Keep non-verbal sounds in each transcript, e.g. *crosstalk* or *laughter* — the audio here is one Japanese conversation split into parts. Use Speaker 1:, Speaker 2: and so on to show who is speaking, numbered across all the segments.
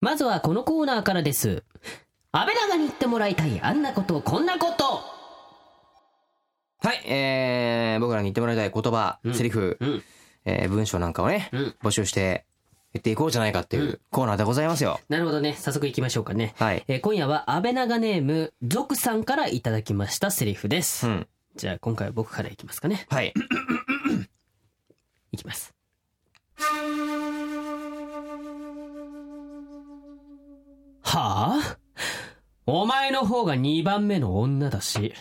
Speaker 1: まずはこのコーナーからです。安倍長に言ってもらいたいあんなこと、こんなこと
Speaker 2: はい、えー、僕らに言ってもらいたい言葉、
Speaker 1: うん
Speaker 2: セリフ、
Speaker 1: うん、
Speaker 2: えー、文章なんかをね、
Speaker 1: うん。
Speaker 2: 募集して言っていこうじゃないかっていううコーナーでございますよ。
Speaker 1: なるほどね。早速行きましょうかね。
Speaker 2: はい。
Speaker 1: えー今夜は安倍長ネーム、ゾクさんからいただきましたセリフです。
Speaker 2: うん。
Speaker 1: じゃあ今回は僕からいきますかね。
Speaker 2: はい。 *clears throat*
Speaker 1: いきます。はあお前の方が2番目の女だし。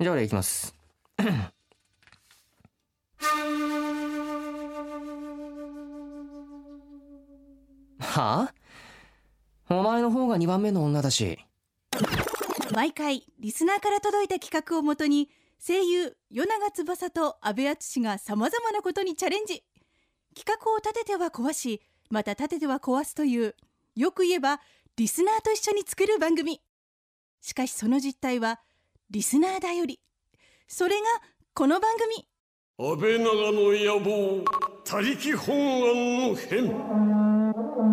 Speaker 2: じゃあ俺いきます。 *clears throat* はあお前の方が2番目の女だし。
Speaker 3: 毎回リスナーから届いた企画をもとに声優与永翼と阿部淳がさまざまなことにチャレンジ企画を立てては壊しまた立てては壊すというよく言えばリスナーと一緒に作る番組しかしその実態はリスナーだよりそれがこの番組
Speaker 4: 安倍長の野望他力本願の変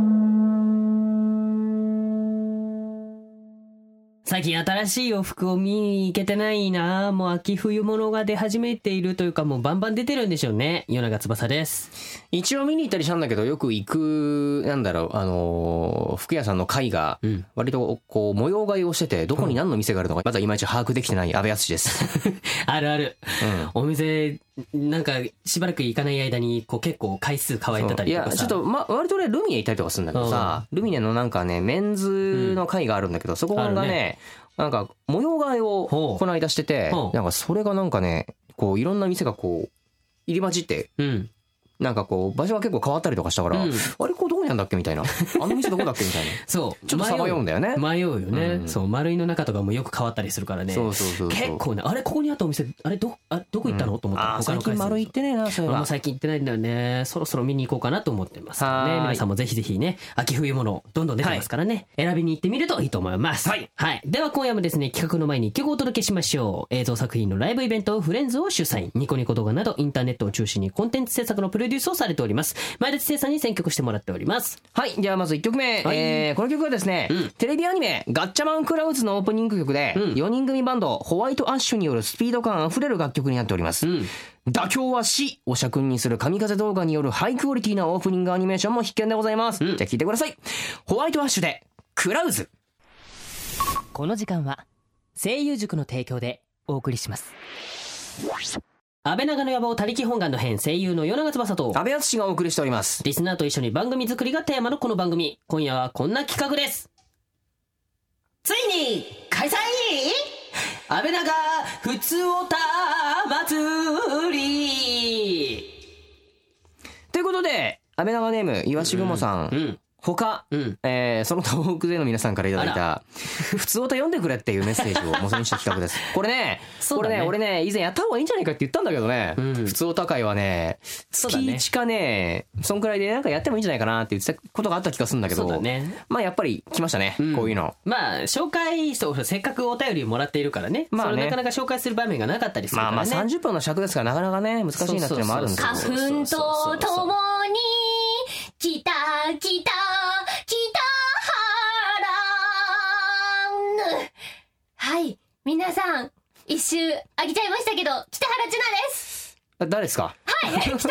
Speaker 1: 最近新しい洋服を見に行けてないなもう秋冬物が出始めているというかもうバンバン出てるんでしょうね。夜長翼です。
Speaker 2: 一応見に行ったりしたんだけど、よく行く、なんだろう、あのー服屋さんの会が、
Speaker 1: うん。
Speaker 2: 割とこう模様替えをしててどこに何の店があるのかまだいまいち把握できてない安倍淳です
Speaker 1: あるある。
Speaker 2: うん
Speaker 1: お店、なんかしばらく行かない間にこう結構回数乾いてたりとか
Speaker 2: や
Speaker 1: さ。
Speaker 2: ちょっと、ま、割と俺ルミネ行ったりとかするんだけどさルミネのなんかねメンズの会があるんだけどそこが
Speaker 1: あ
Speaker 2: ね
Speaker 1: る
Speaker 2: なんか模様替え
Speaker 1: ほ
Speaker 2: を
Speaker 1: う
Speaker 2: この間してて
Speaker 1: ほう
Speaker 2: なんかそれがなんかねこういろんな店がこう入り混じって
Speaker 1: うん。
Speaker 2: なんかこう場所が結構変わったりとかしたから、
Speaker 1: うん
Speaker 2: あれこうどこにあるんだっけみたいなあの店どこだっけみたいな
Speaker 1: そう。
Speaker 2: ちょっとさまようんだよね
Speaker 1: 迷うよね、
Speaker 2: うん
Speaker 1: そう丸いの中とかもよく変わったりするからね
Speaker 2: そうそうそうそう
Speaker 1: 結構ねあれここにあったお店あれどあどこ行ったの、と思ったら
Speaker 2: あー最近丸行ってねえなそれ
Speaker 1: 俺
Speaker 2: は
Speaker 1: も最近行ってないんだよねそろそろ見に行こうかなと思ってますから
Speaker 2: は
Speaker 1: ね
Speaker 2: ーい
Speaker 1: 皆さんもぜひぜひね秋冬物どんどん出てますからね、選びに行ってみるといいと思います
Speaker 2: はい、
Speaker 1: では今夜もですね企画の前に一曲お届けしましょう映像作品のライブイベントフレンズを主催ニコニコ動画などインターネットを中心にコンテンツ制作のプロデュースをされております前田千世さんに選曲してもらっております
Speaker 2: はい。じゃあまず1曲目。
Speaker 1: はい
Speaker 2: えーこの曲はですね、
Speaker 1: うん
Speaker 2: テレビアニメ、ガッチャマンクラウズのオープニング曲で、
Speaker 1: うん
Speaker 2: 4人組バンド、ホワイトアッシュによるスピード感あふれる楽曲になっております。
Speaker 1: ん
Speaker 2: 妥協は死を社訓にする神風動画によるハイクオリティなオープニングアニメーションも必見でございます。
Speaker 1: うん
Speaker 2: じゃあ聴いてください。ホワイトアッシュで、クラウズ。
Speaker 1: この時間は声優塾の提供でお送りします安倍長の野望他力本願の編声優の与永翼と
Speaker 2: 安部淳がお送りしております。
Speaker 1: リスナーと一緒に番組作りがテーマのこの番組今夜はこんな企画ですついに開催安倍長普通おた祭り
Speaker 2: ということで、安倍長ネーム、岩志雲さん、
Speaker 1: うん
Speaker 2: 他、
Speaker 1: うん
Speaker 2: えーその他大勢の皆さんからいただい
Speaker 1: あ
Speaker 2: た「普通歌読んでくれ」っていうメッセージ
Speaker 1: *laughs*
Speaker 2: を元にした企画ですこれね
Speaker 1: そう
Speaker 2: こ
Speaker 1: だ
Speaker 2: れ
Speaker 1: ね
Speaker 2: ね俺ね以前やった方がいいんじゃないかって言ったんだけどね、
Speaker 1: うん
Speaker 2: 普通歌会はね
Speaker 1: そうだ
Speaker 2: 月
Speaker 1: ね
Speaker 2: 一かねそんくらいでなんかやってもいいんじゃないかなって言ってたことがあった気がするんだけ
Speaker 1: そう
Speaker 2: ど
Speaker 1: だね
Speaker 2: まあやっぱり来ましたね、
Speaker 1: うん
Speaker 2: こういうの
Speaker 1: まあ紹介そうせっかくお便りもらっているからね,、
Speaker 2: まあね
Speaker 1: それなかなか紹介する場面がなかったりするか
Speaker 2: まあ
Speaker 1: らね
Speaker 2: まあ30分の尺ですからなかなかね難しいなっていうのもあるんですけど
Speaker 1: そうそうそう
Speaker 5: 花粉とともに、きたきたきたはらん。はい、皆さん、一周あげちゃいましたけど、北原千奈です。
Speaker 2: あ誰ですか
Speaker 5: はい、北原千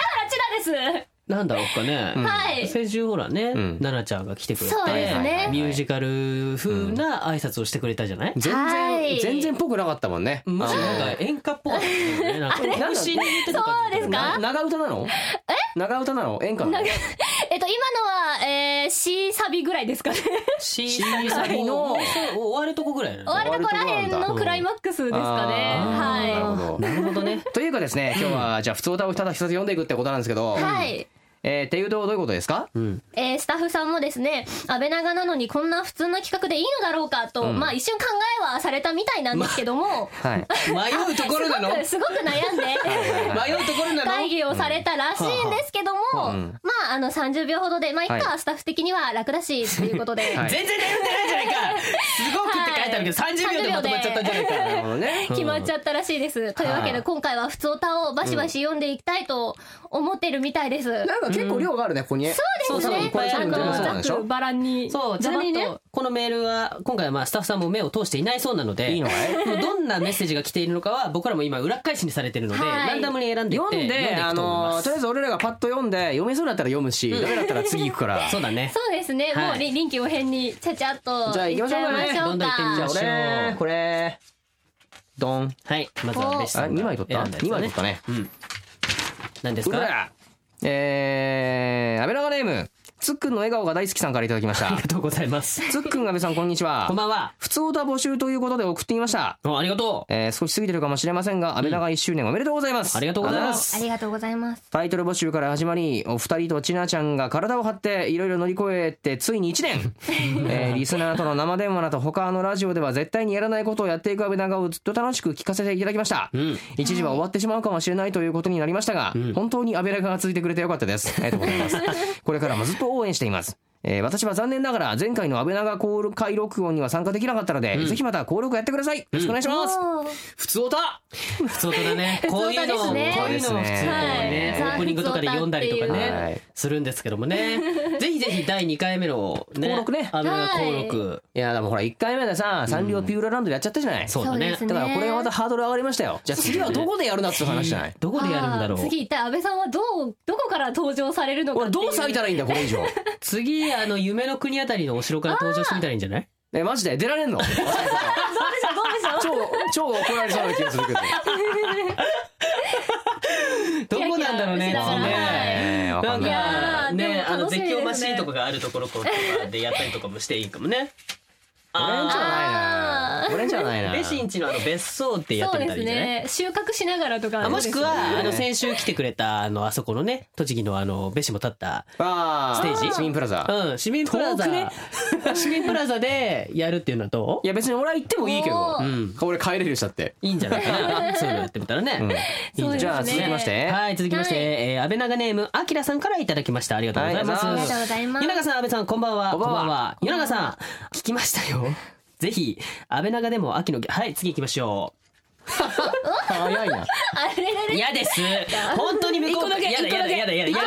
Speaker 5: 奈で
Speaker 1: なんだろうかね、
Speaker 2: うん
Speaker 5: はい
Speaker 1: 先週ほらね、
Speaker 2: うん
Speaker 1: 奈々ちゃんが来てくれて
Speaker 5: そうですね
Speaker 1: ミュージカル風な挨拶をしてくれたじゃない、
Speaker 2: 全
Speaker 5: は
Speaker 2: 然
Speaker 5: い
Speaker 2: 全然ぽくなかったもんね
Speaker 1: むしろ
Speaker 2: あの
Speaker 1: なんか演歌っぽかったよねなんか
Speaker 2: れ
Speaker 1: なんかに似てた感じ
Speaker 5: そうですか
Speaker 2: な長唄なの長唄なの演歌なの
Speaker 5: す。えっと、今のは、えー、C サビぐらいですかね。
Speaker 1: シーサビの終わるとこぐらいなの
Speaker 5: *laughs* 終わるとこらへんのクライマックスですかね。
Speaker 2: あーなるほ
Speaker 5: は
Speaker 2: ど
Speaker 1: なるほどね
Speaker 2: *laughs* というかですね今日はじゃあ普通歌をただ一つ読んでいくってことなんですけど、
Speaker 5: い。はい。
Speaker 2: えーっていうとどういうことですか
Speaker 1: うん
Speaker 5: えースタッフさんもですね安倍長なのにこんな普通な企画でいいのだろうかと、
Speaker 2: うん
Speaker 5: まあ一瞬考えはされたみたいなんですけども、
Speaker 2: はい
Speaker 1: 迷うところなの迷
Speaker 5: すごく悩んで
Speaker 1: うところなの
Speaker 5: 会議をされたらしいんですけども、
Speaker 2: はあうん
Speaker 5: まああの30秒ほどでまあいっか、
Speaker 2: は
Speaker 5: スタッフ的には楽だしということで、
Speaker 2: は
Speaker 1: 全然眠ってないじゃないかすごくって書いてあるけど、30秒でまとまっちゃったんじゃないか
Speaker 2: *laughs* なるほど
Speaker 5: *laughs*
Speaker 2: ね
Speaker 5: *laughs* 決まっちゃったらしいです、というわけ
Speaker 2: はあ
Speaker 5: で今回は普通歌をバシバシ読んでいきたいと思ってるみたいです、
Speaker 2: なんか結構量があるね、ここにね。
Speaker 5: そうです
Speaker 1: そうそうい
Speaker 5: ね
Speaker 1: っぱいあるんじゃない
Speaker 5: ざっくばらんに
Speaker 1: そうちなみに
Speaker 5: ざ
Speaker 1: ね
Speaker 5: ばっと
Speaker 1: このメールは今回はまあスタッフさんも目を通していないそうなので
Speaker 2: いいのかい
Speaker 1: もうどんなメッセージが来ているのかは僕らも今裏返しにされてるので、
Speaker 5: はい
Speaker 1: ランダムに選んでいって
Speaker 2: 読んで、
Speaker 1: い
Speaker 2: あ
Speaker 1: くと思い
Speaker 2: の
Speaker 1: ま
Speaker 2: ー、
Speaker 1: す
Speaker 2: とりあえず俺らがパッと読んで、読めそうだったら読むし、ダメだったら次行くから。
Speaker 1: そうだね
Speaker 5: そうですね、
Speaker 1: はい
Speaker 5: もうり臨機応変にちゃちゃっと
Speaker 2: じゃあ行きましょうかね
Speaker 5: 行っちゃいましょ
Speaker 1: どん
Speaker 5: う
Speaker 1: どん行ってみまし
Speaker 2: *laughs* じ
Speaker 1: ょう
Speaker 2: ゃあ俺、これ、ドン。
Speaker 1: はいまずはベシ
Speaker 2: あ、
Speaker 1: さん
Speaker 2: 2枚取った
Speaker 1: 選んだやつ
Speaker 2: ?2 枚取ったね。
Speaker 1: 何です
Speaker 2: うら
Speaker 1: かあ
Speaker 2: らえー、安倍長ネーム、つっくんの笑顔が大好きさんからいただきました
Speaker 1: り。がとうございます
Speaker 2: つっくん、安倍さん、こんにちは。
Speaker 1: こんばんは
Speaker 2: 普通歌募集ということで送ってみました。
Speaker 1: おありがとう
Speaker 2: えー、少し過ぎてるかもしれませんが、安倍長1周年おめでとうございます。
Speaker 1: ありがとうございます
Speaker 5: ありがとうございます
Speaker 2: タイトル募集から始まりお二人とちなちゃんが体を張っていろいろ乗り越えてついに1年、えーリスナーとの生電話など他のラジオでは絶対にやらないことをやっていく安倍長をずっと楽しく聞かせていただきました、
Speaker 1: ん
Speaker 2: 一時は終わってしまうかもしれないということになりましたが、本当に安倍長が続いてくれてよかったですありがとうございますこれからもずっと応援していますえー私は残念ながら前回の安倍長公開録音には参加できなかったので、ぜひまた登録やってください。よろしくお願いします。
Speaker 5: おー
Speaker 1: 普通歌普通歌だ
Speaker 5: *laughs*
Speaker 1: ね
Speaker 5: 通
Speaker 1: こうい
Speaker 5: 歌
Speaker 1: う
Speaker 5: で
Speaker 1: の
Speaker 5: すね
Speaker 1: こういうのを普通歌をね
Speaker 5: はい
Speaker 1: オープニングとかで読んだりとか
Speaker 2: はい
Speaker 1: ねするんですけどもねぜひぜひ第2回目のね
Speaker 2: 登録ね
Speaker 1: あの
Speaker 5: はい
Speaker 1: 登録
Speaker 2: いや、でもほら、1回目でさ、サンリオピューラランドでやっちゃったじゃない。
Speaker 1: そうだ
Speaker 5: そう
Speaker 1: ね
Speaker 5: ですね
Speaker 2: だからこれがまたハードル上がりましたよ。じゃあ次はどこでやるなって話じゃない。
Speaker 1: どこでやるんだろ
Speaker 5: あー
Speaker 1: う
Speaker 5: 次一体安倍さんはどうどこから登場されるのか
Speaker 2: 俺
Speaker 5: ってい
Speaker 2: どう
Speaker 5: *laughs*
Speaker 2: 咲いたらいいんだこれ以上。
Speaker 1: 次あの夢の国あたりのお城から登場してみたらいいんじゃない
Speaker 2: えマジで出られんの？超超怒られそうな気がするけど。
Speaker 1: どこなんだろうね
Speaker 5: キラキラしながら
Speaker 1: ね
Speaker 2: えわ
Speaker 1: なん
Speaker 5: いや
Speaker 1: か
Speaker 5: ーで
Speaker 1: ね
Speaker 5: も
Speaker 1: あの
Speaker 5: 楽し
Speaker 1: 絶
Speaker 5: みですね
Speaker 1: 叫マシーンとかがあるところとかでやったりとかもしていいかも
Speaker 5: *laughs*
Speaker 1: ね
Speaker 2: 俺んちは
Speaker 1: あ
Speaker 2: ないな。俺んちはない
Speaker 1: ー
Speaker 2: な。
Speaker 1: レシンチのあの別荘ってやっ
Speaker 5: そ
Speaker 1: てみ
Speaker 5: うで
Speaker 1: たらいい
Speaker 5: す
Speaker 1: んじゃない
Speaker 5: ね収穫しながらとか
Speaker 1: あもしく
Speaker 5: ですね
Speaker 1: は、あの、先週来てくれた、あの、あそこのね、栃木のあの、べしも立った、
Speaker 2: ああ
Speaker 1: ステージ
Speaker 2: 市民プラザ。
Speaker 1: うん、市民プラザ、 *laughs* 市民プラザでやるっていうのはど
Speaker 2: いや別に俺は行ってもいいけど
Speaker 5: お。ー
Speaker 2: うん俺帰れるよしたって。
Speaker 1: ういいんじゃないか
Speaker 2: *laughs*
Speaker 1: な。そういうのやってみたらね。いいんじゃない
Speaker 5: そうですね
Speaker 2: じゃあ続きまして。
Speaker 1: はい、続きまして、
Speaker 5: はい
Speaker 1: えー安倍長ネーム、あきらさんからいただきました。ありがとうございます。
Speaker 2: はいあり
Speaker 5: がとうございます
Speaker 1: 夜中さん、安倍さん、こんばんは。
Speaker 2: こんばんは
Speaker 1: 夜中さん、聞きましたよ。ぜひ、安倍長でも秋の、はい、次行きましょ
Speaker 2: 早いな。
Speaker 5: あれれ
Speaker 1: う。
Speaker 5: れ
Speaker 1: 嫌です。本当に向こう
Speaker 5: 一個だけ
Speaker 1: やだ
Speaker 5: 一
Speaker 1: や
Speaker 5: 個だ
Speaker 1: だ
Speaker 5: け
Speaker 1: やだやだやだ。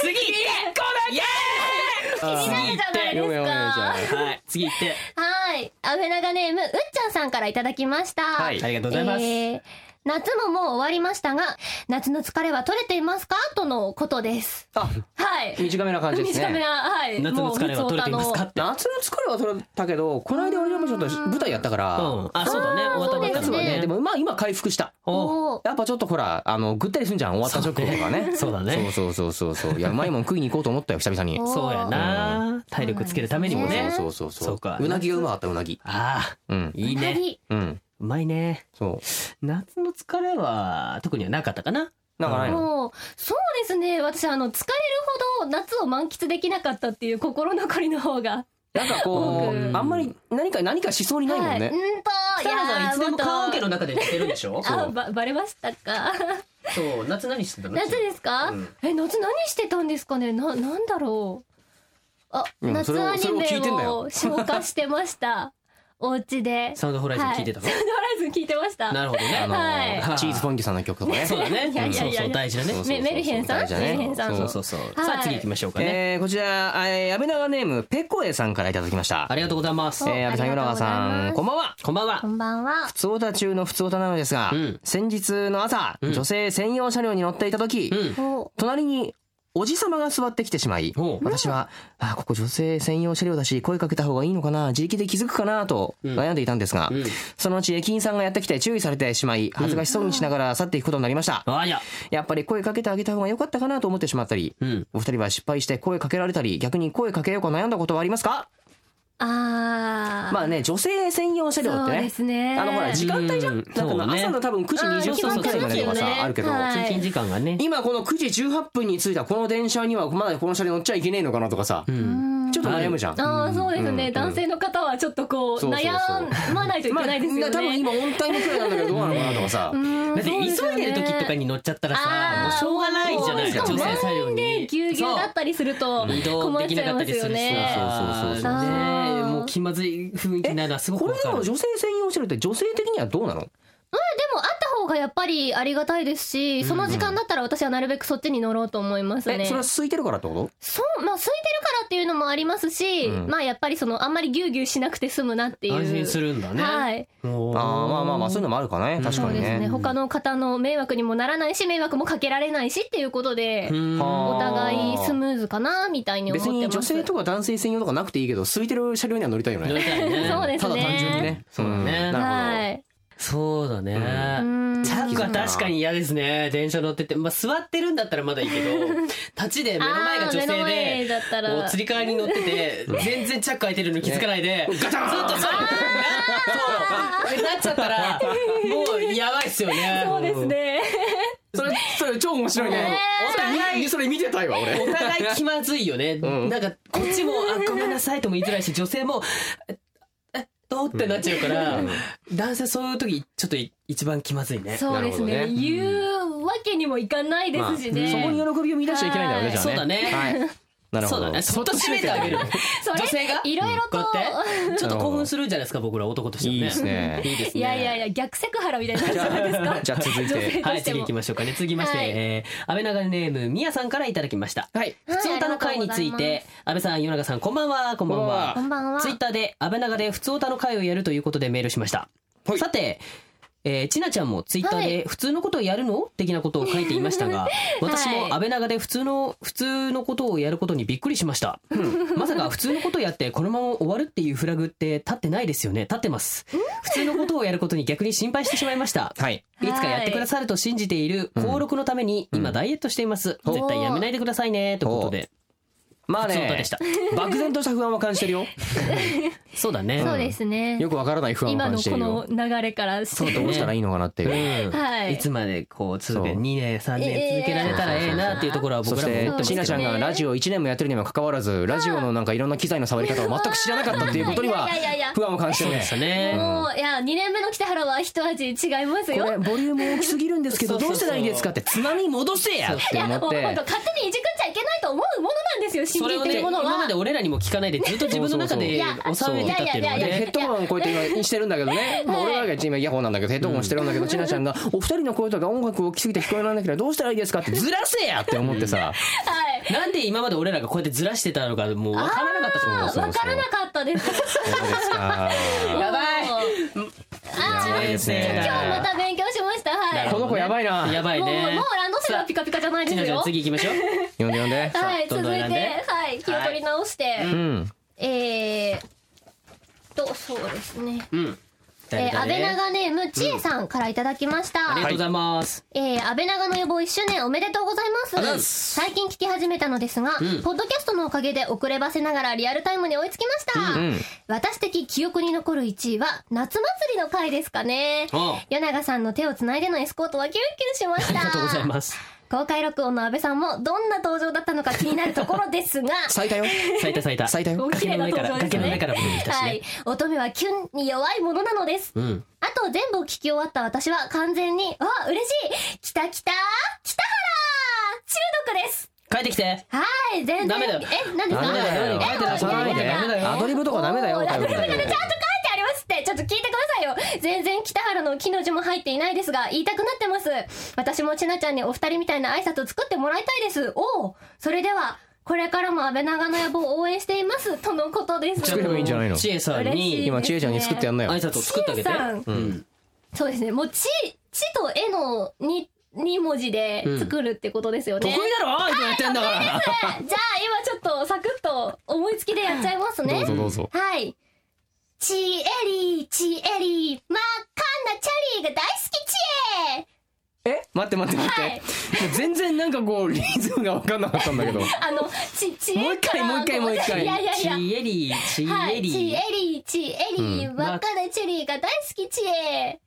Speaker 1: 次行ってこのイエ
Speaker 5: 気になるじゃない
Speaker 2: 読め読
Speaker 5: です
Speaker 2: め読めじゃ
Speaker 5: か
Speaker 2: あ
Speaker 1: ーイはい、次行って。
Speaker 5: はい安倍長ネームうっちゃんさんからいただきました
Speaker 2: は
Speaker 1: ありがとうございます。
Speaker 5: えー夏ももう終わりましたが夏の疲れは取れていますかとのことです
Speaker 2: あ
Speaker 5: はい
Speaker 2: 短めな感じです
Speaker 5: 短め
Speaker 2: ね。
Speaker 5: なはい
Speaker 1: 夏の疲れは取れていますか
Speaker 5: も
Speaker 1: っ
Speaker 5: う
Speaker 1: て。うん、
Speaker 2: 夏の疲れは取れたけど、この間俺もちょっと舞台やったから。
Speaker 1: あ、そうだね。終わったばっかり
Speaker 5: そう
Speaker 1: だ
Speaker 5: です
Speaker 2: ね、
Speaker 1: ね。
Speaker 2: でもまあ今回復した
Speaker 1: おう
Speaker 5: おー
Speaker 2: やっぱちょっとほらあのぐったりすんじゃん終わった直後とかね
Speaker 1: そうだね
Speaker 2: そうそうそうそうそういやうまいもん食いに行こうと思ったよ久々に
Speaker 5: *laughs* おー
Speaker 1: そうやな。体力つけるためにもね。
Speaker 2: そうそうそう
Speaker 1: そうか
Speaker 2: うなぎがうまかったうなぎ
Speaker 1: あ
Speaker 2: うん
Speaker 1: あ、いいね。
Speaker 5: ね
Speaker 2: うん
Speaker 1: うまいね。
Speaker 2: そう
Speaker 1: 夏の疲れは特にはなかったかな。
Speaker 2: なんかないの
Speaker 5: もうそうですね私あの疲れるほど夏を満喫できなかったっていう心残りの方が
Speaker 2: なんかこ
Speaker 5: う
Speaker 2: うんあんまり何か何かしそうにないもん
Speaker 5: はい、う
Speaker 2: ね
Speaker 5: んと
Speaker 1: 北原さんいつでもカラオケの中で寝てるんでしょ
Speaker 5: あばバレましたか
Speaker 1: そう、夏何してたの
Speaker 5: 夏ですか、
Speaker 1: うん
Speaker 5: え夏何してたんですかねななんだろうあ
Speaker 2: いやそれ
Speaker 5: 夏
Speaker 2: を
Speaker 5: アニ
Speaker 2: それを聞
Speaker 5: メ
Speaker 2: いてんだよ
Speaker 5: を消化してました *laughs* お家で
Speaker 1: サウンドホライズン聞いてたの
Speaker 5: はサウンドホライズン聞いてました
Speaker 1: なるほど
Speaker 2: あ
Speaker 1: ね。
Speaker 2: の
Speaker 5: はい
Speaker 2: ーチーズポンキさんの曲とかね
Speaker 1: そうだね。
Speaker 5: いやいやいや
Speaker 1: そうそう、大事だね
Speaker 2: そう。そうそう
Speaker 5: メメルヘンさん
Speaker 2: 大事だ
Speaker 5: メルヘンさん
Speaker 1: そうそうそう。さあ次行きましょうかね。
Speaker 2: えーこちらえー安倍長ネームペコエさんからいただきました
Speaker 1: ありがとうございます
Speaker 5: お。
Speaker 2: えー安倍さん与
Speaker 5: ありがとう
Speaker 2: 永
Speaker 5: ございます
Speaker 2: さんこんばんは
Speaker 1: こんばんは
Speaker 5: こ。んばんは
Speaker 2: 普通オタ中の普通オタなのですが、
Speaker 1: うん
Speaker 2: 先日の朝、
Speaker 1: うん
Speaker 2: 女性専用車両に乗っていた時、
Speaker 1: うん。
Speaker 5: お
Speaker 2: 隣におじさまが座ってきてしまい
Speaker 1: おう
Speaker 2: 私は「あここ女性専用車両だし声かけた方がいいのかな自力で気づくかな」と
Speaker 1: うん
Speaker 2: 悩んでいたんですが、
Speaker 1: うん
Speaker 2: そのうち駅員さんがやってきて注意されてしまい恥ずかしそうにしながら去っていくことになりました、
Speaker 1: ありゃ。
Speaker 2: やっぱり声かけてあげた方が良かったかなと思ってしまったり、
Speaker 1: うん。
Speaker 2: お二人は失敗して声かけられたり逆に声かけようか悩んだことはありますか
Speaker 5: あー
Speaker 2: まあね女性専用車両って
Speaker 5: そう
Speaker 2: ね
Speaker 5: ですね
Speaker 2: あのほら時間帯じゃん、
Speaker 1: うん
Speaker 2: なんかま
Speaker 1: そう
Speaker 2: あ
Speaker 1: ね
Speaker 2: 朝の多分9時20分くらいまでとか
Speaker 5: あー決まってますよ
Speaker 2: さ
Speaker 5: ね
Speaker 2: あるけど、
Speaker 5: はい
Speaker 1: 通勤時間がね。
Speaker 2: 今この9時18分に着いたこの電車にはまだこの車に乗っちゃいけねえのかなとかさ、
Speaker 5: うん
Speaker 2: ちょっと悩むじゃん。
Speaker 5: ああそうですね、
Speaker 2: うん
Speaker 5: 男性の方はちょっとこう
Speaker 2: そうそうそう
Speaker 5: 悩まないといけないですよね、
Speaker 2: まあ、多分今オンタイムくらいなんだけどどうなのかなとかさ、
Speaker 1: だって急いでる時とか
Speaker 5: に
Speaker 1: に乗っちゃったらさ、も
Speaker 5: あ
Speaker 1: う
Speaker 5: ー
Speaker 1: しょうがないじゃない
Speaker 5: し
Speaker 1: です
Speaker 5: か
Speaker 1: か、
Speaker 5: も
Speaker 1: 女性作用に。
Speaker 5: ぎゅうぎゅうだったりすると
Speaker 1: そう移動
Speaker 5: 困
Speaker 1: で
Speaker 5: っ
Speaker 1: き
Speaker 5: ち
Speaker 1: な
Speaker 5: ゃい
Speaker 1: かっ
Speaker 5: ま
Speaker 1: た
Speaker 5: す
Speaker 1: りす
Speaker 5: よ
Speaker 1: るし、ねえ
Speaker 2: そうそうそう
Speaker 5: ねそうあー
Speaker 1: もう気まずい雰囲気になるのはすごく
Speaker 2: こ
Speaker 1: わ
Speaker 2: れで
Speaker 1: か
Speaker 2: も
Speaker 1: る。
Speaker 2: 女性専用車両って女性的にはどうなの
Speaker 5: でもあった方方がやっぱりありがたいですし、その時間だったら私はなるべくそっちに乗ろうと思います
Speaker 2: え、
Speaker 5: ね。
Speaker 2: それは空いてるからってこ
Speaker 5: そう、まあ空いてるからっていうのもありますし、
Speaker 2: うん
Speaker 5: まあやっぱりそのあんまりぎゅうぎゅうしなくて済むなっていう。
Speaker 1: 安心するんだね。
Speaker 5: はい。
Speaker 2: と？ああ、まあまあまあそういうのもあるかね。
Speaker 1: ん
Speaker 2: 確
Speaker 5: そ
Speaker 2: か
Speaker 5: う
Speaker 2: に
Speaker 5: ですね
Speaker 2: ね。
Speaker 5: 他の方の迷惑にもならないし、迷惑もかけられないしっていうことで、
Speaker 1: の
Speaker 5: お互いスムーズかなみたいに思
Speaker 2: 別
Speaker 5: ってます。
Speaker 2: に女性とか男性専用とかなくていいけど、空いてる車両には乗りたいよ
Speaker 1: 乗り
Speaker 2: ね。
Speaker 1: たいね。
Speaker 5: そうですね
Speaker 1: ただ単純にね。そうだね。
Speaker 2: なるほど
Speaker 5: はい。
Speaker 1: そうだ
Speaker 5: う
Speaker 1: ね。
Speaker 5: ん。
Speaker 1: さっきは確かに嫌ですね。電車乗ってて、まあ座ってるんだったらまだいいけど、
Speaker 5: *laughs*
Speaker 1: 立ちで目の前が女
Speaker 5: あー目の
Speaker 1: 性
Speaker 5: 前
Speaker 1: で。
Speaker 5: だった
Speaker 1: もう
Speaker 5: ら。
Speaker 1: つり替えに乗ってて全然チャック開いてるの気づかないでガチャンずっとそうそうでなっちゃったらもうやばいっすよね
Speaker 5: そうですね。
Speaker 2: それそれ超面白いね。
Speaker 1: お互い
Speaker 2: それ見てたいわ俺。
Speaker 1: お互い気まずいよね、
Speaker 2: ん
Speaker 1: なんかこっちも「あごめんなさい」とも言いづらいし女性も「ええどう?」ってなっちゃうから、男性そういう時ちょっとい一番気まずいね
Speaker 5: そうです
Speaker 2: な
Speaker 5: ね
Speaker 2: るほど
Speaker 5: 言うわけにもいかないですし
Speaker 2: そこ
Speaker 5: ね。
Speaker 2: に喜びを見出しちゃいけないんだよね、じゃあね。
Speaker 1: そうだね
Speaker 2: はい。なるほど。
Speaker 1: そうだねそっと締めてあげる
Speaker 5: *laughs* それ
Speaker 1: 女性が
Speaker 5: いろいろ
Speaker 1: こうや
Speaker 5: と。
Speaker 1: ってちょっと興奮するんじゃないですか僕ら男としてもね
Speaker 2: いいですね
Speaker 1: いいですね
Speaker 5: いやいやいや逆セクハラみたいになっちゃうんですか。
Speaker 2: じゃあ続い
Speaker 5: 女性
Speaker 2: て。
Speaker 5: と
Speaker 1: はい、
Speaker 5: して
Speaker 1: 次行
Speaker 5: も
Speaker 1: き。ましょうかね。次まして、
Speaker 5: はい
Speaker 1: えー、安倍長ネーム、みやさんからいただきました。はい。普通歌の会につい
Speaker 5: ありがとうございま
Speaker 1: て、安倍さん、与永さん、こんばんは、こんばん
Speaker 2: こんばん
Speaker 1: は
Speaker 2: は。
Speaker 5: こんばんは。
Speaker 1: ツイッターで安倍長で普通歌の会をやるということでメールしました。
Speaker 2: はい
Speaker 1: さて、えー、ちなちゃんもツイッター
Speaker 5: は
Speaker 1: で普通のことをやるの的なことを書いていました
Speaker 2: *laughs*
Speaker 1: が、私も安倍長で普通の、普通のことをやることにびっくりしま
Speaker 2: *laughs*
Speaker 1: した。まさか普通のことをやってこのまま終わるっていうフラグって立ってないですよね。立ってます。普通のことをやることに逆に心配してしまいました。
Speaker 2: *laughs* はい。
Speaker 5: はい
Speaker 1: いつかやってくださると信じている登録のために今ダイエットしています。
Speaker 5: うん
Speaker 1: 絶対やめないでくださいね。ということで。
Speaker 2: まあ
Speaker 1: 普通の歌
Speaker 2: ね
Speaker 1: でした。
Speaker 2: 漠然とした不安は感じて
Speaker 1: *laughs*
Speaker 2: るよ。
Speaker 1: そうだね。
Speaker 5: そうですね。
Speaker 2: よくわからない不安を
Speaker 5: 今
Speaker 2: 感
Speaker 5: の
Speaker 2: じて
Speaker 5: こ
Speaker 2: るよ。
Speaker 5: の流れからし
Speaker 2: そう
Speaker 5: て。
Speaker 2: どうしたらいいのかなっていう。
Speaker 1: うん
Speaker 5: はい
Speaker 1: いつまでこう続け
Speaker 2: そう
Speaker 1: 2年3年続けられたらええなっていうところは
Speaker 2: そ
Speaker 1: 僕
Speaker 2: し
Speaker 1: らも
Speaker 2: て
Speaker 1: 思ってます
Speaker 2: ち
Speaker 1: け
Speaker 2: な
Speaker 1: ど
Speaker 2: ちゃんがラジオ1年もやってるにもかかわらずラジオのなんかいろんな機材の触り方を全く知らなかったっていうことにはい
Speaker 5: やいやいや
Speaker 2: 不安を感じて
Speaker 1: そ
Speaker 2: る
Speaker 1: うで
Speaker 2: ね
Speaker 1: し。たね。
Speaker 5: もういや二年目の北原は一味違いま
Speaker 2: こ
Speaker 5: すよ。
Speaker 2: れボリューム大きすぎるんですけ
Speaker 1: そ
Speaker 2: ど
Speaker 1: う
Speaker 2: ど
Speaker 1: そうう
Speaker 2: し
Speaker 1: そう
Speaker 2: たらいいですかってつまみ戻せやって思
Speaker 5: もう
Speaker 2: っ
Speaker 5: 本当
Speaker 2: て
Speaker 5: 勝手にいじくっちゃいけないと思うものなんですよ
Speaker 1: そ
Speaker 5: 信
Speaker 1: れ
Speaker 5: じ
Speaker 1: を
Speaker 5: て
Speaker 1: ね
Speaker 5: るもの
Speaker 1: 今まで
Speaker 5: は。
Speaker 1: 俺らにも聞かないでずっと自分の中で収めてたっていうのが
Speaker 5: いやいやいやい
Speaker 1: ね。
Speaker 5: や
Speaker 2: でヘッドホンこうやって今してるんだけどね、
Speaker 5: *laughs*
Speaker 2: まあ俺らが今イヤホンなんだけどヘッドホンしてるんだけど、ちなちゃんが「お二人の声とか音楽を聞きすぎて聞こえられないからどうしたらいいですか?」って「ずらせや!」って思ってさ
Speaker 5: *laughs* はい。
Speaker 1: なんで今まで俺らがこうやってずらしてたのかもう分からなかったと思う
Speaker 5: あ
Speaker 1: んですよ
Speaker 5: わからなかったで
Speaker 2: 「
Speaker 5: す。
Speaker 2: そうですか
Speaker 5: やばい。あ
Speaker 2: やば
Speaker 5: あ
Speaker 2: いですね
Speaker 5: 今日また勉強しました。はい。
Speaker 2: この子やばいな」
Speaker 1: や
Speaker 2: 呼
Speaker 1: ばい
Speaker 5: もうもう
Speaker 1: ね。
Speaker 5: ランドセルはピカピカじゃない
Speaker 1: ち
Speaker 5: で
Speaker 1: な
Speaker 5: す
Speaker 1: ちゃん
Speaker 5: よ。
Speaker 1: 次行きましょう。
Speaker 2: んで呼んで
Speaker 5: はい、
Speaker 1: どん
Speaker 5: 続
Speaker 1: どん
Speaker 5: いて、
Speaker 1: 選んで
Speaker 5: はい、気を取り直して、
Speaker 2: うん
Speaker 5: えーと、そうですね。
Speaker 1: うん。
Speaker 5: え
Speaker 1: 誰
Speaker 5: ー、
Speaker 1: 々
Speaker 5: 安倍
Speaker 1: ね
Speaker 5: 長ネーム、ちえさんからいただきました。
Speaker 1: ありがとうございます。
Speaker 5: えー、安倍長の予防1周年おめでとうございます。
Speaker 1: ありがとうございます
Speaker 5: 最近聞き始めたのですが、ポッドキャストのおかげで遅ればせながらリアルタイムに追いつきました。
Speaker 2: うん
Speaker 5: 私的記憶に残る1位は、夏祭りの回ですかね。
Speaker 1: あ
Speaker 5: 与永さんの手をつないでのエスコートはキュンキュンしました。
Speaker 1: ありがとうございます。
Speaker 5: 公開録音の安倍さんもどんな登場だったのか気になるところです
Speaker 1: *laughs*
Speaker 5: が、
Speaker 2: 咲いたよ
Speaker 1: 咲いた咲いた。
Speaker 2: 咲いたよ
Speaker 5: 綺麗な登場ですね
Speaker 1: 崖の上から崖の上から僕に来たし
Speaker 5: は
Speaker 1: ね
Speaker 5: い。。乙女はキュンに弱いものなのです。
Speaker 1: うん。
Speaker 5: あと全部を聞き終わった私は完全に、あ、嬉しい来た来た北原中毒です
Speaker 1: 帰ってきて。
Speaker 5: はい、全然。
Speaker 1: ダメだよ
Speaker 5: え、何です
Speaker 2: ダ
Speaker 5: か
Speaker 2: メだよ
Speaker 5: え、
Speaker 1: 書いて出さないで
Speaker 5: ややや
Speaker 2: アドリブとかダメだよ
Speaker 5: おー
Speaker 2: と
Speaker 5: ア
Speaker 2: か
Speaker 5: ド
Speaker 2: 言う
Speaker 5: リ
Speaker 2: け
Speaker 5: ブ
Speaker 2: ど
Speaker 5: がね、ちゃんと書いてありますって。ちょっと聞いてくださいよ。全然北原の木の字も入っていないですが、言いたくなってます。私もちなちゃんにお二人みたいな挨拶を作ってもらいたいです。おお、それでは、これからも安倍長の野望を応援しています。とのことです。
Speaker 2: 作ればいいんじゃないの
Speaker 1: ちえさんに
Speaker 2: 今ちえちゃんに作ってやんなよ
Speaker 1: 挨拶を作ってあげて。
Speaker 5: ちえさん
Speaker 1: うん。
Speaker 5: そうですね。もう、ち、ちとえのに、2文字で作るってことですよ
Speaker 1: 得
Speaker 5: ね。
Speaker 1: 意だろ今やってんだから。 *laughs*
Speaker 5: じゃあ今ちょっとサクッと思いつきでやっちゃいますね。
Speaker 2: どうぞ
Speaker 5: はい。ちえり、ちえり、真っ赤なチェリーが大好きちえ
Speaker 2: え待って待って待って、
Speaker 5: はい
Speaker 2: もう全然なんかこうリズムが分かんなかったん
Speaker 5: *laughs*
Speaker 2: だけど
Speaker 5: あの、ち、ちえ
Speaker 2: もう一回
Speaker 5: から
Speaker 2: もう一回もう一回
Speaker 5: いやいやい
Speaker 1: ち
Speaker 5: や。
Speaker 1: えり、ち
Speaker 5: は
Speaker 1: え
Speaker 5: い、ち
Speaker 1: り
Speaker 5: え、り、ちえり、
Speaker 2: うん
Speaker 5: 真っ赤なチェリーが大好きちえ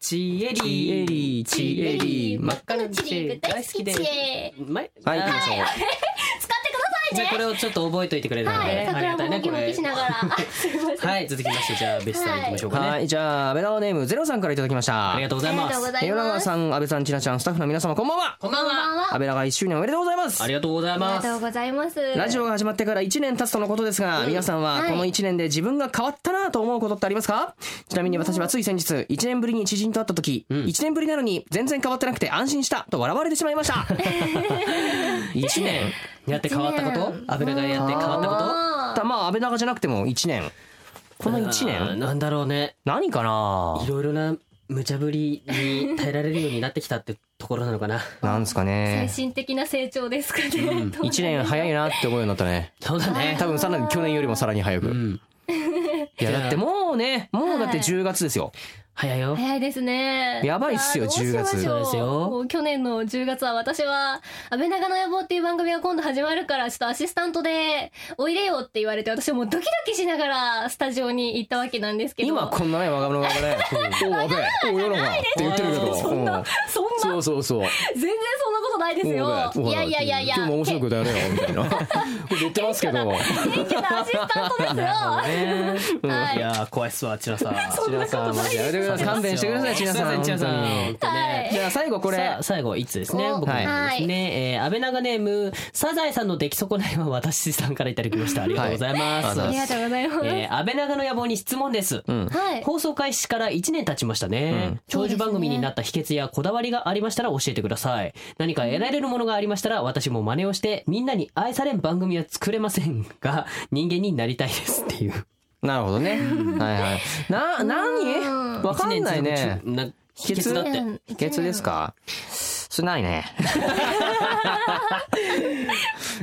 Speaker 1: ちえり、
Speaker 2: ちえりちえり
Speaker 5: 真っ赤なチェリーが大好きちえ
Speaker 1: 前
Speaker 2: はい行きましょう
Speaker 5: 使ってくださいい
Speaker 1: じゃあ
Speaker 5: ね
Speaker 1: これをちょっと覚えといてくれるので、
Speaker 5: はい
Speaker 1: あり
Speaker 5: 桜
Speaker 1: が
Speaker 5: も
Speaker 1: たい
Speaker 5: も
Speaker 1: ね
Speaker 5: き
Speaker 1: こ
Speaker 5: も
Speaker 1: れ
Speaker 5: きしながらあすいません
Speaker 1: はい続きましてじゃあベスさんいきましょうかね、
Speaker 2: はい、じゃあ、安倍川ネームゼロさんからいただきました。
Speaker 1: ありがとうご
Speaker 5: あ
Speaker 1: ざい
Speaker 5: りが
Speaker 1: ま
Speaker 5: と
Speaker 1: す
Speaker 5: うござい
Speaker 2: 米
Speaker 5: ま
Speaker 2: 川
Speaker 5: す
Speaker 2: さん、安倍さん、ちなちゃん、スタッフの皆様、こんばんは。
Speaker 1: こんばんは
Speaker 2: 安倍長1周年おめでとうございます
Speaker 1: あ。りがとうござい
Speaker 5: あり
Speaker 1: ま
Speaker 5: が
Speaker 1: す
Speaker 5: とうございます
Speaker 2: ラジオが始まってから1年経つとのことですが、皆さんは
Speaker 5: はい
Speaker 2: この1年で自分が変わったなと思うことってありますかちなみに私はつい先日、1年ぶりに知人と会った時、
Speaker 1: ん
Speaker 2: 1年ぶりなのに全然変わってなくて安心したと笑われてしまい
Speaker 1: *laughs*
Speaker 2: ました。1年
Speaker 1: やって変わったこと
Speaker 5: 一年
Speaker 1: 安倍長やって変わったこと
Speaker 2: たまあ、安倍長じゃなくても1年。この
Speaker 1: あ
Speaker 2: 1
Speaker 1: ー
Speaker 2: 年
Speaker 1: なんだろうね
Speaker 2: 何かない
Speaker 1: ろいろな無茶ぶりに耐えられるようになってきたってところなのかな
Speaker 2: なんですかね
Speaker 5: 精。神的な成長ですかね、どうなんでし
Speaker 2: 1
Speaker 5: ょう
Speaker 2: 年早いなって思うようになったね。
Speaker 1: そうだね
Speaker 2: 多分さらに去年よりもさらに早
Speaker 1: う
Speaker 2: く。
Speaker 1: ん
Speaker 2: いや、だってもうね、もうだって10月ですよ。
Speaker 1: 早いよ
Speaker 5: 早いですね。
Speaker 2: やばいっすよ
Speaker 5: さあ
Speaker 2: 10月
Speaker 5: どうしましょ
Speaker 1: そうで
Speaker 5: う
Speaker 1: すよ
Speaker 5: もう去年の10月は私は、安倍長の野望っていう番組が今度始まるから、ちょっとアシスタントで、おいでよって言われて、私はもうドキドキしながらスタジオに行ったわけなんですけど。
Speaker 2: 今こんなね若者がね
Speaker 5: *laughs*
Speaker 2: 「おお安倍お世のが」って言ってるけど
Speaker 5: そん
Speaker 2: うん
Speaker 5: な、そんな、
Speaker 2: そうそうそう
Speaker 5: 全然そんなことないです
Speaker 2: お
Speaker 5: よ。
Speaker 2: お
Speaker 5: いやいやいやいや。
Speaker 2: 今日も面白いことやれよみたい
Speaker 5: *laughs*
Speaker 2: な言ってますけど
Speaker 5: 謙虚なアシスタント
Speaker 2: *laughs*
Speaker 5: ですよ。はい
Speaker 1: いやー怖いっすわ千 *laughs* 奈さん
Speaker 5: そんなことない
Speaker 2: やめてください勘弁してください千奈さん
Speaker 1: すいません
Speaker 2: 本当に
Speaker 1: 千奈さん
Speaker 5: はい
Speaker 2: じゃあ最後こ
Speaker 1: これ
Speaker 2: れ
Speaker 1: 最後いつですね僕の
Speaker 2: はい
Speaker 1: 方ですね、えー、安倍長ネームサザエさんの出来損ないは私さんからいただきましたありがとうございます、
Speaker 2: はい
Speaker 5: ありがとうございます。
Speaker 1: えー、安倍長の野望に質問です、
Speaker 2: うん
Speaker 5: はい。
Speaker 1: 放送開始から1年経ちましたね、
Speaker 2: うん
Speaker 5: そう
Speaker 1: 長
Speaker 5: です
Speaker 1: 寿
Speaker 5: ね
Speaker 1: 番組になった秘訣やこだわりがありましたら教えてください何か得られるものがありましたら私も真似をしてみんなに愛されん番組は作れませんが *laughs* 人間になりたいですっていう
Speaker 2: なるほどねはいはいな
Speaker 5: うん
Speaker 2: 何わかんないね
Speaker 1: 一年続くな秘
Speaker 2: 秘
Speaker 1: 訣
Speaker 2: 訣
Speaker 1: だって
Speaker 5: 一年
Speaker 2: 秘訣ですかそれない
Speaker 5: *laughs*
Speaker 2: ね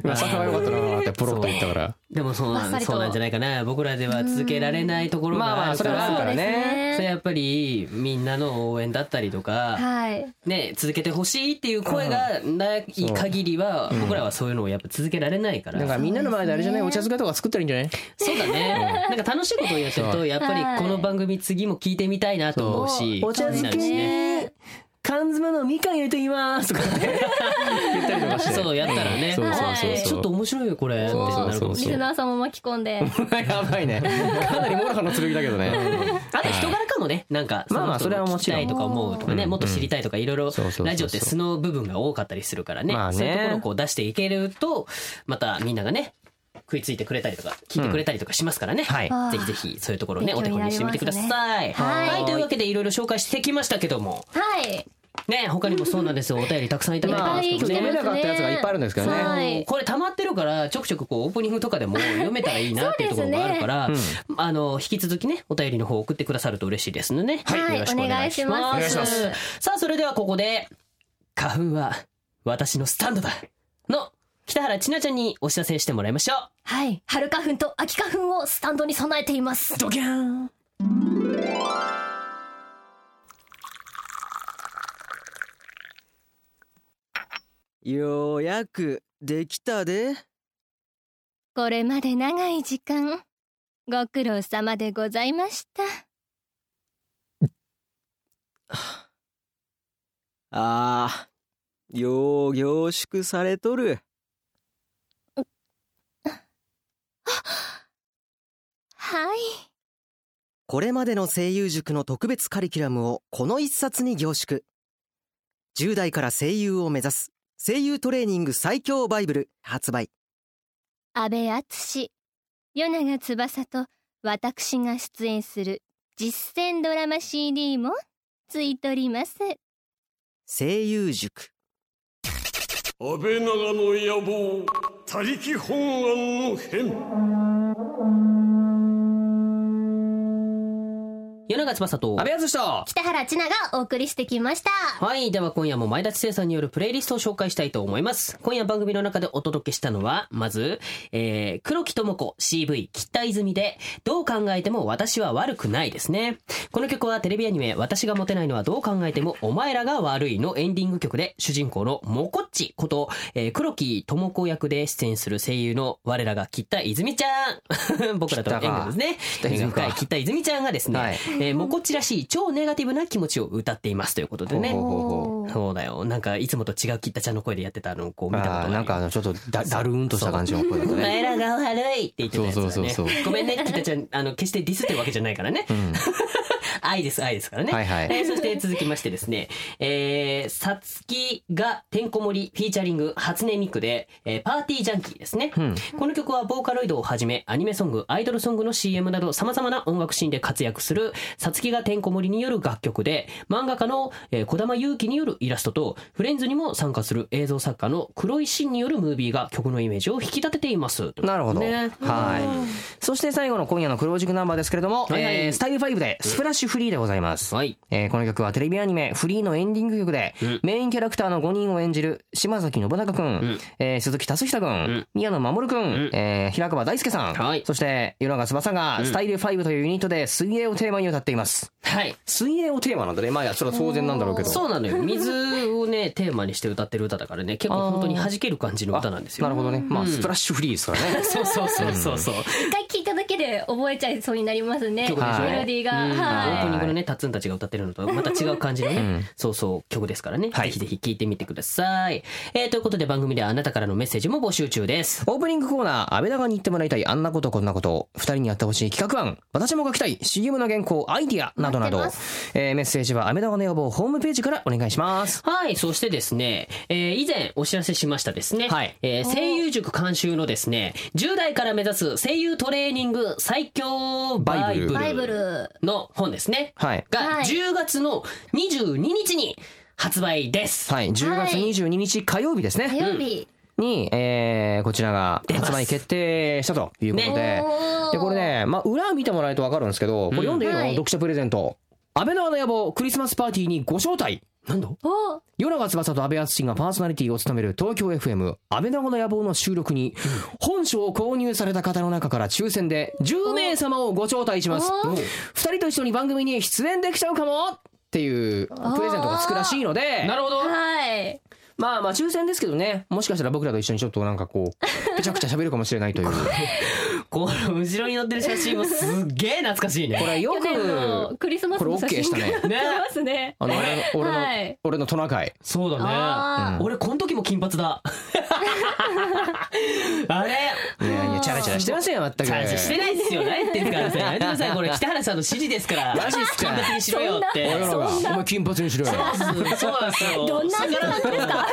Speaker 2: 今坂が良かったなってポロッと言ったから
Speaker 1: でもそうな
Speaker 5: バッサ
Speaker 1: ん
Speaker 5: リと
Speaker 1: そうなんじゃないかな僕らでは続けられないところ
Speaker 2: まあま
Speaker 1: があ
Speaker 2: あ
Speaker 1: る
Speaker 2: そ
Speaker 1: か
Speaker 2: れはある
Speaker 1: ら
Speaker 2: からね
Speaker 1: それやっぱりみんなの応援だったりとか、
Speaker 5: はい。
Speaker 1: ね、続けてほしいっていう声がない限りは僕らはそういうのをやっぱ続けられないから
Speaker 2: だからみんなの前であれじゃないお茶漬けとか作ったらいいんじゃない
Speaker 1: そうだね。なんか楽しいことをやってる
Speaker 2: そ
Speaker 1: と、やっぱ
Speaker 5: は
Speaker 1: り
Speaker 5: い
Speaker 1: この番組次も聞いてみたいなと思うし。
Speaker 2: お茶漬
Speaker 1: 気になるしね
Speaker 2: け缶詰のみかん入れていますとかって言ったりとかして
Speaker 1: そう、やったらね。
Speaker 2: そう
Speaker 5: そうそう
Speaker 1: えちょっと面白いよ、これ。
Speaker 2: そうそうそう
Speaker 1: ってなるかもし
Speaker 5: リ
Speaker 1: れ
Speaker 5: ス
Speaker 1: ない
Speaker 5: ナーさんも巻き込
Speaker 2: *laughs*
Speaker 5: んで。
Speaker 2: *laughs* やばいねかなりモルハの剣だけどね
Speaker 1: あと人柄かもね、なんか、
Speaker 2: まあまあ
Speaker 1: の人
Speaker 2: それはもちろん
Speaker 1: 聞きたいとか思うとかね、
Speaker 2: うん
Speaker 1: もっと知りたいとか、いろいろ
Speaker 2: そうそうそうそ、う
Speaker 1: ラジオって素の部分が多かったりするからね
Speaker 2: まあ、ね
Speaker 1: そういうところをこう出していけると、またみんながね、食いついてくれたりとか、聞いてくれたりとかしますからね。はい
Speaker 5: あー
Speaker 1: ぜひぜひ、そういうところをね、お
Speaker 5: 勉
Speaker 1: 手
Speaker 5: 強に
Speaker 1: 本
Speaker 5: な
Speaker 1: に
Speaker 5: り
Speaker 1: してみてください。
Speaker 5: ますね
Speaker 1: はい。
Speaker 5: はい
Speaker 1: というわけで、いろいろ紹介してきましたけども、
Speaker 5: はい。
Speaker 1: ね、他にもそうなんですよ、お便りたくさんいただいて
Speaker 2: ま
Speaker 1: *laughs* ま
Speaker 2: あ
Speaker 1: すけ
Speaker 5: いっぱ
Speaker 1: ど
Speaker 5: い来て
Speaker 1: ね
Speaker 2: 読。めなかったやつがいっぱいあるんですけどね
Speaker 1: も
Speaker 5: は
Speaker 1: う
Speaker 5: い。
Speaker 1: これ溜まってるからちょくちょくこうオープニングとかでも読めたらいいなっていうところもあるから、あの引き続きねお便りの方送ってくださると嬉しいですのでね、
Speaker 5: はい
Speaker 1: よろしくお願いします
Speaker 5: お願いしますお願いし
Speaker 1: さあそれではここで「花粉は私のスタンドだ」の北原千奈ちゃんにお知らせしてもらいましょう
Speaker 5: はい。春花粉と秋花粉をスタンドに備えています。
Speaker 1: ドキャン
Speaker 6: ようやくできたで
Speaker 5: これまで長い時間、ご苦労様でございました。
Speaker 6: ああよう凝縮されとる
Speaker 5: はい。
Speaker 6: これまでの声優塾の特別カリキュラムをこの一冊に凝縮10代から声優を目指す声優トレーニング最強バイブル発売
Speaker 5: 安倍敦与永翼と私が出演する実践ドラマ CD もついております。
Speaker 6: 声優塾
Speaker 4: 安倍長の野望他力本願の変
Speaker 1: 夜長翼と
Speaker 2: 阿部淳と
Speaker 5: 北原千奈がお送りしてきました。
Speaker 1: はい。では今夜も前田知世さんによるプレイリストを紹介したいと思います。今夜番組の中でお届けしたのは、まず、えー、黒木智子 CV 北泉で、どう考えても私は悪くないですね。この曲はテレビアニメ、私がモテないのはどう考えてもお前らが悪いのエンディング曲で、主人公のモコッチこと、えー、黒木智子役で出演する声優の我らが北泉ちゃん。僕 *laughs* らと縁がですね。
Speaker 2: 北
Speaker 1: 泉
Speaker 2: 泉か
Speaker 1: 深い北泉ちゃんがですね、
Speaker 2: はい
Speaker 1: えー、モコッチらしい超ネガティブな気持ちを歌っていますということでね。
Speaker 2: ほうほうほう
Speaker 1: そうだよ。なんか、いつもと違うキッタちゃんの声でやってたのをこう見たこと
Speaker 2: あ
Speaker 1: な
Speaker 2: ー
Speaker 1: い。
Speaker 2: なんかあのちょっとだだるんとした感じの声だっ
Speaker 1: お
Speaker 2: たね
Speaker 1: 前らが悪いって言ってたやつだ、ね、
Speaker 2: そうそうそうそ
Speaker 1: ごめんね、キタちゃん、あの、決してディスってるわけじゃないからね。愛です、愛ですからね。
Speaker 2: はいはい
Speaker 1: えーそして続きましてですね、えー、さつきがてんこ盛りフィーチャリング初音ミクで、えーパーティージャンキーですね、
Speaker 2: うん
Speaker 1: この曲はボーカロイドをはじめ、アニメソング、アイドルソングの CM など様々な音楽シーンで活躍する、さつきがてんこ盛りによる楽曲で、漫画家の、えー、小玉祐希によるイラストと、フレンズにも参加する映像作家の黒井真によるムービーが曲のイメージを引き立てています。
Speaker 2: なるほど、
Speaker 1: ね
Speaker 2: はいそして最後の今夜のクロージングナンバーですけれども、
Speaker 1: はいはい
Speaker 2: えースタイル5でスプラッシュフリーでございます、
Speaker 1: はい。
Speaker 2: えーこの曲はテレビアニメ「フリー」のエンディング曲で、
Speaker 1: ん
Speaker 2: メインキャラクターの5人を演じる島崎信長君、
Speaker 1: ん
Speaker 2: えー鈴木達久君、
Speaker 1: ん
Speaker 2: 宮野真守君、
Speaker 1: ん
Speaker 2: えー平川大輔さん、
Speaker 1: はい
Speaker 2: そして与永翼が「スタイル5」というユニットで水泳をテーマに歌っています
Speaker 1: はい。
Speaker 2: 水泳をテーマなんだねまあそれは当然なんだろうけど
Speaker 1: そうなのよ。水をね、 *laughs* テーマにして歌ってる歌だからね、結構本当に弾ける感じの歌なんですよ。
Speaker 2: なるほどね、まあスプラッシュフリーですから
Speaker 1: *laughs*
Speaker 2: ね
Speaker 1: そうそうそうそうそう。
Speaker 5: 一回聞いただけで覚えちゃいそうになりますね。メロ
Speaker 1: 曲
Speaker 5: デ
Speaker 1: でしょ
Speaker 5: ィーが。
Speaker 1: うん
Speaker 5: はい。
Speaker 1: オープニングのね、タッツンたちが歌ってるのとはまた違う感じのね、そうそう、曲ですからね。
Speaker 2: はい
Speaker 1: ぜひぜひ聴いてみてください。えーということで番組ではあなたからのメッセージも募集中です。
Speaker 2: オープニングコーナー、安倍長に言ってもらいたい、あんなことこんなこと、二人にやってほしい企画案、私も書きたい、CM の原稿、アイディア、などなど
Speaker 5: 待ってま、
Speaker 2: えーメッセージは安倍長の要望ホームページからお願いします。
Speaker 1: はい、そしてですね、えー以前お知らせしましたですね、
Speaker 2: はい
Speaker 1: えー声優塾監修のですね、10代から目指す声優トレーニング最強バイブル
Speaker 5: バイブル。
Speaker 1: の本ですね。
Speaker 2: はい。
Speaker 1: が
Speaker 5: はい
Speaker 1: 10月の22日に発売です。
Speaker 2: はい、10月22日火曜日です
Speaker 5: 火
Speaker 2: ね。
Speaker 5: 曜日。
Speaker 2: に、えーこちらが
Speaker 1: 出ます
Speaker 2: 発売決定したということで
Speaker 5: ねおー、
Speaker 2: で、これね、まあ、裏見てもらえるとわかるんですけど、これ読んでいいの
Speaker 5: はい
Speaker 2: 読者プレゼント。安倍長の野望クリスマスパーティーにご招待
Speaker 1: なんだ
Speaker 5: お
Speaker 2: 与永翼と安倍淳がパーソナリティを務める東京 FM「安倍長の野望」の収録に本書を購入された方の中から抽選で10名様をご招待します
Speaker 5: お
Speaker 2: 2人と一緒に番組に出演できちゃうかもっていうプレゼントがつくらしいので
Speaker 1: るほど
Speaker 5: はい。
Speaker 2: まあまあ抽選ですけどねもしかしたら僕らと一緒にちょっとなんかこうぺちゃくちゃ喋るかもしれないというこ
Speaker 1: この後ろに載ってる写真もすっげえ懐かしいね。
Speaker 2: れよ
Speaker 5: 去年の
Speaker 2: く
Speaker 5: クリスマス
Speaker 2: これ
Speaker 5: の写
Speaker 2: OK し
Speaker 5: 真
Speaker 2: た
Speaker 5: が
Speaker 1: ね
Speaker 2: ね
Speaker 5: 出ますね。
Speaker 2: あの俺の俺の
Speaker 5: はい
Speaker 2: 俺のトナカイ
Speaker 1: そうだね
Speaker 5: あ。
Speaker 2: ー
Speaker 1: 俺この時も金髪
Speaker 2: *laughs*
Speaker 1: だ。あれ
Speaker 2: いやいやチャラチャラしてませんよ全く
Speaker 1: 感謝してないですよ。何言ってんすか、あなたやめてください。これ北原さんの指示ですから。
Speaker 2: マジっすか
Speaker 1: 金髪にしろよって。
Speaker 2: 俺らがお前金髪にしろ
Speaker 1: そ
Speaker 2: よ
Speaker 1: うそうなんです
Speaker 2: *laughs*
Speaker 1: よ。
Speaker 5: どんな
Speaker 1: 逆らってですか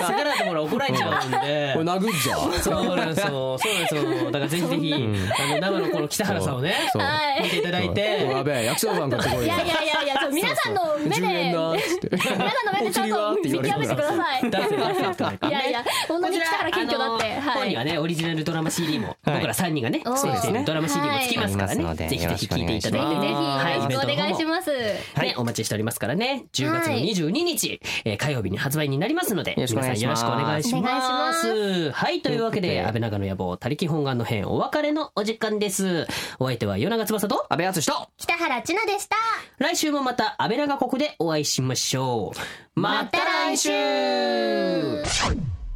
Speaker 1: 逆らってもら怒られちゃうん
Speaker 2: *laughs*
Speaker 1: で。
Speaker 2: 俺殴っぞ
Speaker 1: そうなんですよ。そうなんですよ。だからぜひぜひ、あの、生のこの北原さんをね、
Speaker 2: そう
Speaker 5: は
Speaker 1: 見
Speaker 5: い。
Speaker 1: ていただい
Speaker 2: おいや
Speaker 1: て、
Speaker 2: べえ焼きそばなんかすご
Speaker 5: い
Speaker 2: いよ
Speaker 5: やいやいやいや、そう皆さんの目で、
Speaker 2: 10円だーっつって
Speaker 5: 皆さんの目でちゃんと
Speaker 1: *laughs*
Speaker 5: 見極めてください。
Speaker 1: ダンスダンスダンスダンス
Speaker 5: いやいや、本当に北原謙虚だって。
Speaker 1: あの本にはね、オリジナルドラマ CD も、僕ら3人がね、
Speaker 5: おー
Speaker 1: 出演しているドラマ CD も
Speaker 5: はい
Speaker 1: つきますから
Speaker 2: ありますの
Speaker 1: ね。
Speaker 2: で
Speaker 1: ぜひぜひ聞いていた
Speaker 5: ぜ
Speaker 1: だいて
Speaker 5: ひぜ
Speaker 1: ね。
Speaker 5: ひよろしくお願いし
Speaker 1: す。
Speaker 5: ます。
Speaker 1: ね、お待ちしておりますからね。10月の
Speaker 5: はい
Speaker 1: 22日、えー火曜日に発売になりますので、
Speaker 2: よろ
Speaker 1: 皆
Speaker 2: し
Speaker 1: さ
Speaker 2: くお願い
Speaker 1: ん
Speaker 2: し
Speaker 1: よろしくお
Speaker 2: ます
Speaker 1: 願いしま
Speaker 5: お
Speaker 1: す。はい、というわけ
Speaker 2: とい
Speaker 1: で、
Speaker 2: うことで
Speaker 1: 安倍長の野望、他力本願の編、お別れのお時間です。お相手は、与長翼と、
Speaker 2: 安倍敦と
Speaker 5: 北原千奈でした。
Speaker 1: 来週もまた安倍長国でお会いしましょう。また来週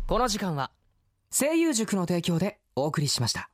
Speaker 2: この時間は声優塾の提供でお送りしました